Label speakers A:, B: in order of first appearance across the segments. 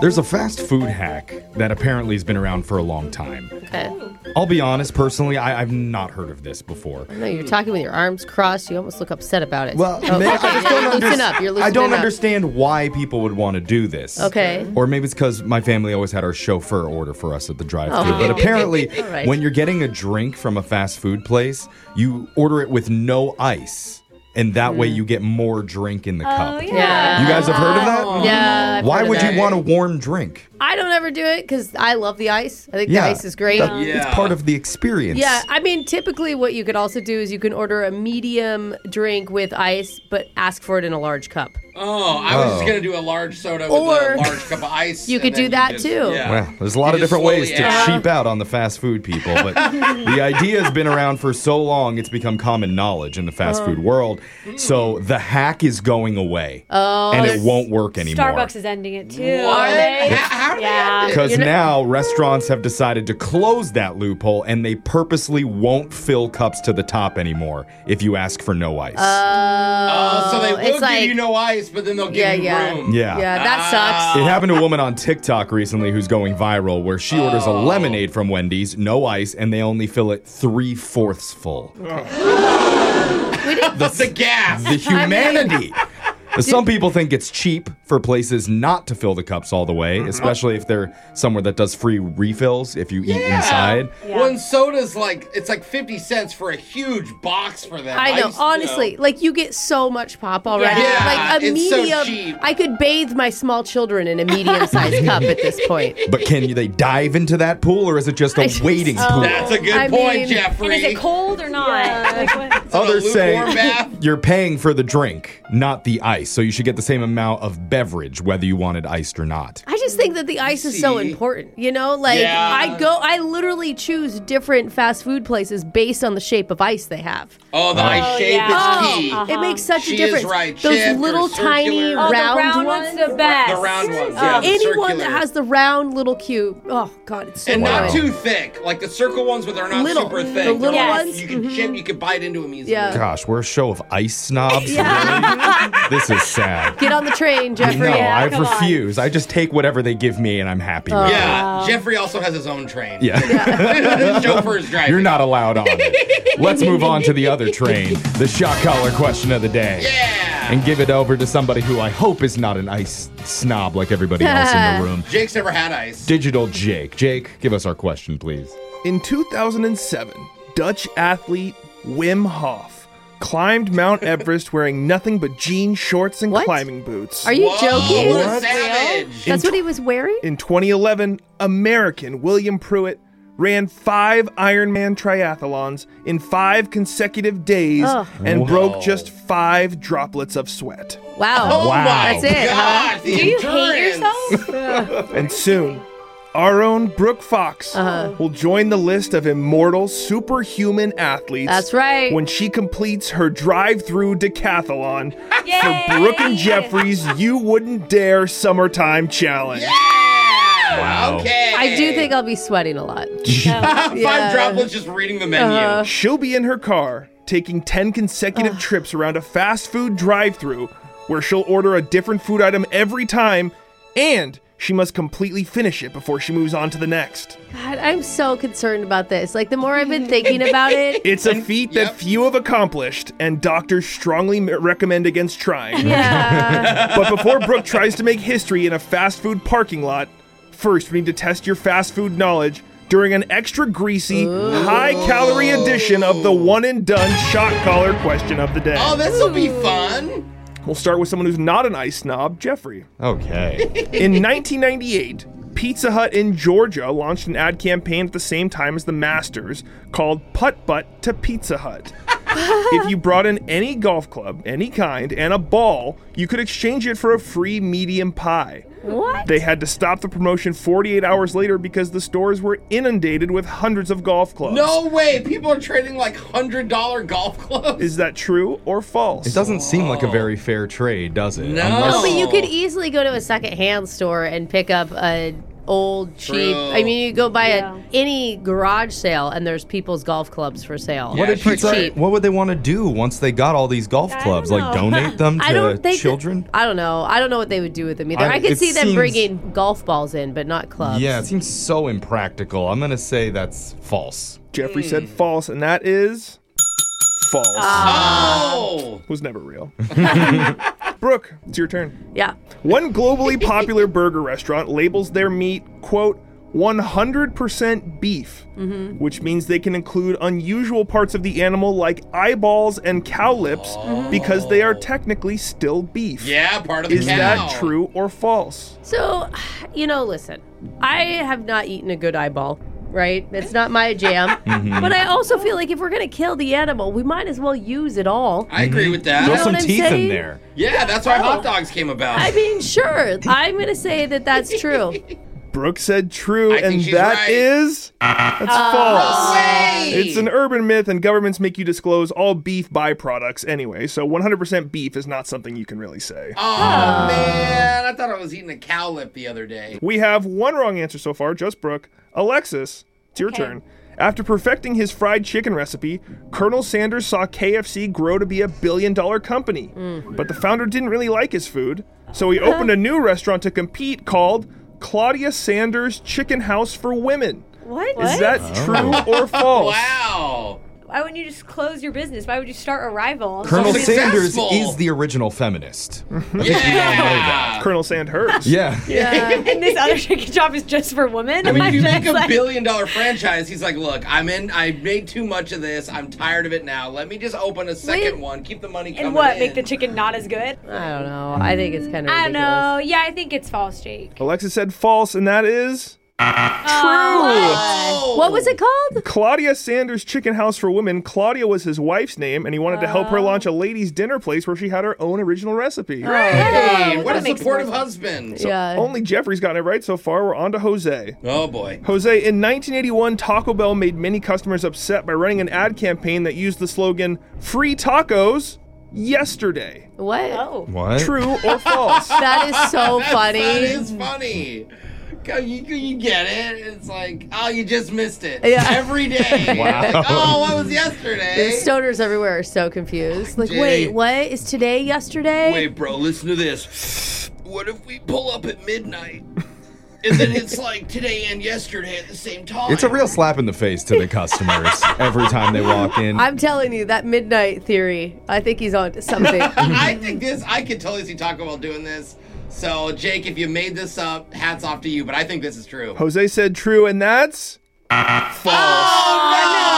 A: There's a fast food hack that apparently has been around for a long time.
B: Okay.
A: I'll be honest, personally, I, I've not heard of this before.
B: No, you're talking with your arms crossed. You almost look upset about it.
A: Well,
B: Oh,
A: may- I
B: okay,
A: just
B: yeah,
A: don't
B: loosen
A: underst-
B: up. You're
A: I don't
B: loosening up.
A: understand why people would want to do this.
B: Okay.
A: Or maybe it's because my family always had our chauffeur order for us at the drive-thru.
B: Oh.
A: But apparently,
B: All right.
A: when you're getting a drink from a fast food place, you order it with no ice, and that
B: Mm.
A: way you get more drink in the cup.
B: Yeah.
A: You guys have heard of that?
B: Yeah. I've
A: Why
B: heard of
A: would
B: that.
A: you want a warm drink?
B: I don't ever do it because I love the ice. I think
A: yeah,
B: the ice is great.
A: that- It's part of the experience.
B: Yeah, I mean, typically what you could also do is you can order a medium drink with ice, but ask for it in a large cup.
C: Oh, I was
A: Oh.
C: just gonna do a large soda
B: Or-
C: with a large cup of ice.
B: You
C: and
B: could
C: then
B: do that
C: just-
B: too.
C: yeah.
A: Well, there's a lot of
C: You just
A: different ways to
C: slowly add.
A: cheap out on the fast food people, but the idea has been around for so long, it's become common knowledge in the fast food world. So the hack is going away, oh, and it won't work anymore.
D: Starbucks is ending it too.
C: What?
D: Are they?
C: How- how do they
D: Yeah.
C: end it?
A: because
B: You're not-
A: now restaurants have decided to close that loophole and they purposely won't fill cups to the top anymore if you ask for no ice.
C: Oh, so they will
B: it's
C: give
B: like-
C: you no ice, but then they'll give
B: Yeah,
C: you
B: yeah.
C: room.
A: Yeah. Ah.
B: Yeah, that sucks.
A: It happened to a woman on TikTok recently who's going viral where she orders a lemonade from Wendy's, no ice, and they only fill it three fourths full.
B: We didn't
C: The gas.
A: the humanity. Some people think it's cheap for places not to fill the cups all the way, especially if they're somewhere that does free refills if you eat
C: Yeah.
A: inside.
C: One soda's like it's like fifty cents for a huge box for them.
B: I know.
C: used to
B: Honestly, like you get so much pop already.
C: Yeah.
B: like a
C: Yeah, it's so
B: medium.
C: cheap.
B: I could bathe my small children in a medium-sized cup at this point.
A: But can they dive into that pool or is it just a
B: I-
A: waiting pool?
C: That's a good
B: I
C: point,
B: mean-
C: Jeffrey.
D: And is it cold or not? Like, what-
A: Others
C: lukewarm
A: say
C: bath?
A: you're paying for the drink, not the ice. So you should get the same amount of beverage whether you wanted iced or not.
B: I just think that the ice is so
C: See?
B: important. You know, like
C: Yeah.
B: I go, I literally choose different fast food places based on the shape of ice they have.
C: Oh, the ice shape
D: yeah.
C: is key.
B: It makes such
C: She
B: a
C: is
B: difference.
C: right.
B: Those
C: Chipped or
B: little tiny
C: circular. Oh,
D: oh,
B: round,
D: Uh-huh. the round
B: ones.
D: one's uh, the best.
C: The round ones, yeah. the
B: Anyone that
C: circular.
B: has the round little cube. Oh God, it's so
C: and
B: good.
C: not too thick, like the circle ones, but they're not
B: Little. Mm-hmm.
C: super
B: The
C: thick.
B: little
C: They're like-
B: ones? Mm-hmm.
C: you can chip, you can bite into them easily.
B: Yeah.
A: Gosh, we're a show of ice snobs. really? This is sad.
B: Get on the train, Jeffrey.
A: No,
D: Yeah,
A: I
D: come on.
A: refuse. I just take whatever they give me and I'm happy with it.
B: Um,
C: Yeah, Jeffrey also has his own train.
A: Yeah.
C: Chauffeur's driving.
A: You're not allowed on it. Let's move on to the other train, the shot collar question of the day.
C: Yeah.
A: And give it over to somebody who I hope is not an ice snob like everybody else in the room.
C: Jake's never had ice.
A: Digital Jake. Jake, give us our question, please.
E: In 2007, Dutch athlete Wim Hof climbed Mount Everest wearing nothing but jean shorts and
B: What?
E: climbing boots.
B: Are you
C: Whoa,
B: joking?
C: What a savage.
B: That's what he was wearing?
E: In 2011, American William Pruitt ran five Ironman triathlons in five consecutive days
B: Ugh.
E: and
A: Whoa.
E: broke just five droplets of sweat.
B: Wow.
C: Oh
A: Wow.
C: my
B: That's it, huh?
C: God, the
D: Do you
C: endurance.
D: hate yourself?
E: And soon, our own Brooke Fox
B: Uh-huh.
E: will join the list of immortal superhuman athletes.
B: That's right.
E: When she completes her drive through decathlon
D: Yay!
E: for Brooke and Jeffrey's You Wouldn't Dare Summertime Challenge.
C: Yeah.
A: Wow.
C: Okay.
B: I do think I'll be sweating a lot.
C: Five
B: Yeah. Uh-huh.
C: droplets just reading the menu.
E: She'll be in her car taking 10 consecutive trips around a fast food drive through where she'll order a different food item every time and she must completely finish it before she moves on to the next.
B: God, I'm so concerned about this. Like, the more I've been thinking about it,
E: It's a feat that few have accomplished, and doctors strongly m- recommend against trying.
B: yeah.
E: but before Brooke tries to make history in a fast food parking lot, first we need to test your fast food knowledge during an extra greasy, high calorie edition of the one and done shot collar question of the day.
C: Oh, this will be fun.
E: We'll start with someone who's not an ice snob, Jeffrey.
A: Okay.
E: In 1998, Pizza Hut in Georgia launched an ad campaign at the same time as the Masters called Putt Butt to Pizza Hut. if you brought in any golf club, any kind, and a ball, you could exchange it for a free medium pie.
B: what?
E: They had to stop the promotion 48 hours later because the stores were inundated with hundreds of golf clubs.
C: No way. People are trading like hundred dollar golf clubs.
E: Is that true or false?
A: It doesn't seem like a very fair trade, does it?
C: No.
A: Unless-
B: But you could easily go to a secondhand store and pick up a old, cheap.
C: True.
B: I mean, you go by
D: Yeah.
B: a, any garage sale and there's people's golf clubs for sale.
A: What
C: Yeah,
A: did
C: she's
A: Pizza?
C: right.
A: What would they want to do once they got all these golf
D: I
A: clubs?
D: don't
A: Like
D: know.
A: donate them to
B: I don't think
A: children?
B: I don't know. I don't know what they would do with them either.
A: I-
B: I, could
A: it
B: see them
A: seems-
B: bringing golf balls in, but not clubs.
A: yeah, it seems so impractical. I'm gonna say that's false.
E: Jeffrey said false, and that is false.
C: Ah. Oh!
E: Was never real. Brooke, it's your turn.
B: yeah.
E: One globally popular burger restaurant labels their meat, quote, 100% beef, which means they can include unusual parts of the animal like eyeballs and cow lips because they are technically still beef.
C: Yeah, part of the
E: Is
C: cow.
E: that true or false?
B: So, you know, listen, I have not eaten a good eyeball, right? It's not my jam.
A: Mm-hmm.
B: But I also feel like if we're going to kill the animal, we might as well use it all.
C: I agree with that.
A: Throw
B: know
A: some
B: what I'm
A: teeth in
B: saying?
A: there.
C: Yeah, that's why hot dogs came about.
B: Oh. I mean, sure, I'm going to say that that's true.
E: Brooke said true,
C: I think
E: and
C: she's
E: that
C: right.
E: is that's false.
C: Way!
E: It's an urban myth, and governments make you disclose all beef byproducts anyway. So 100% beef is not something you can really say.
C: Oh, man, I thought I was eating a cow lip the other day.
E: We have one wrong answer so far, just Brooke. Alexis, it's your
D: Okay.
E: turn. After perfecting his fried chicken recipe, Colonel Sanders saw KFC grow to be a billion dollar company.
D: Mm.
E: But the founder didn't really like his food, so he opened a new restaurant to compete called Claudia Sanders Chicken House for Women.
D: What?
E: Is that true or false?
C: Wow.
D: Why wouldn't you just close your business? Why would you start a rival?
A: Colonel
C: So
A: Sanders
C: successful.
A: is the original feminist.
C: Yeah.
E: Colonel Sandhurst.
A: Yeah.
D: and this other chicken shop is just for women.
C: I mean, if you make a
D: That's like-
C: billion dollar franchise, he's like, look, I'm in, I made too much of this. I'm tired of it now. Let me just open a second
B: Wait.
C: one. Keep the money coming
D: and what?
C: in.
D: Make the chicken not as good?
B: I don't know. I think it's kind of
D: I
B: ridiculous.
D: don't know. Yeah, I think it's false, Jake.
E: Alexis said false, and that is
C: Oh.
B: What was it called?
E: Claudia Sanders Chicken House for Women. Claudia was his wife's name, and he wanted to help her launch a ladies' dinner place where she had her own original recipe.
C: Hey, what
D: that
C: a
D: makes
C: supportive
D: more sense.
C: husband.
B: yeah.
E: Only Jeffrey's gotten it right so far. We're on to Jose.
C: Oh boy.
E: Jose, in 1981, Taco Bell made many customers upset by running an ad campaign that used the slogan, Free Tacos Yesterday.
B: what?
D: Oh.
A: What?
E: True or false?
B: That is so funny.
C: That is funny. Go- You, you get it. It's like, oh, you just missed it.
B: Yeah.
C: Every day.
A: Wow.
C: Like, oh, what was yesterday?
B: The stoners everywhere are so confused. Like,
C: Jay.
B: wait, what? Is today yesterday?
C: Wait, bro, listen to this. What if we pull up at midnight? And then it's like today and yesterday at the same time.
A: It's a real slap in the face to the customers every time they walk in.
B: I'm telling you, that midnight theory, I think he's on to something.
C: I think this. I could totally see Taco Bell doing this. So Jake, if you made this up, hats off to you. But I think this is true.
E: Jose said true, and that's false.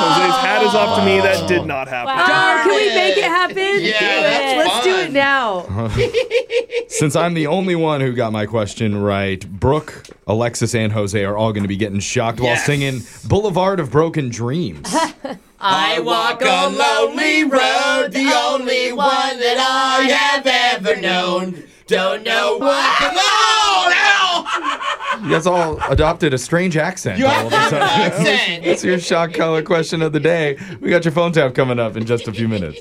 E: Jose's hat is off to me. That did not happen.
D: Wow.
B: Oh, can we
C: Darn
B: make
C: it.
B: it happen?
C: Yeah,
B: do
C: that's
B: it. Let's do
C: fun.
B: it now.
A: Since I'm the only one who got my question right, Brooke, Alexis, and Jose are all going to be getting shocked while
C: Yes.
A: singing Boulevard of Broken Dreams.
C: I walk a lonely road, the only one that I have ever known. Don't know what. Oh
A: you guys all adopted a strange accent.
C: no!
A: all of a sudden.
C: accent.
A: That's your shock color question of the day. We got your phone tap coming up in just a few minutes.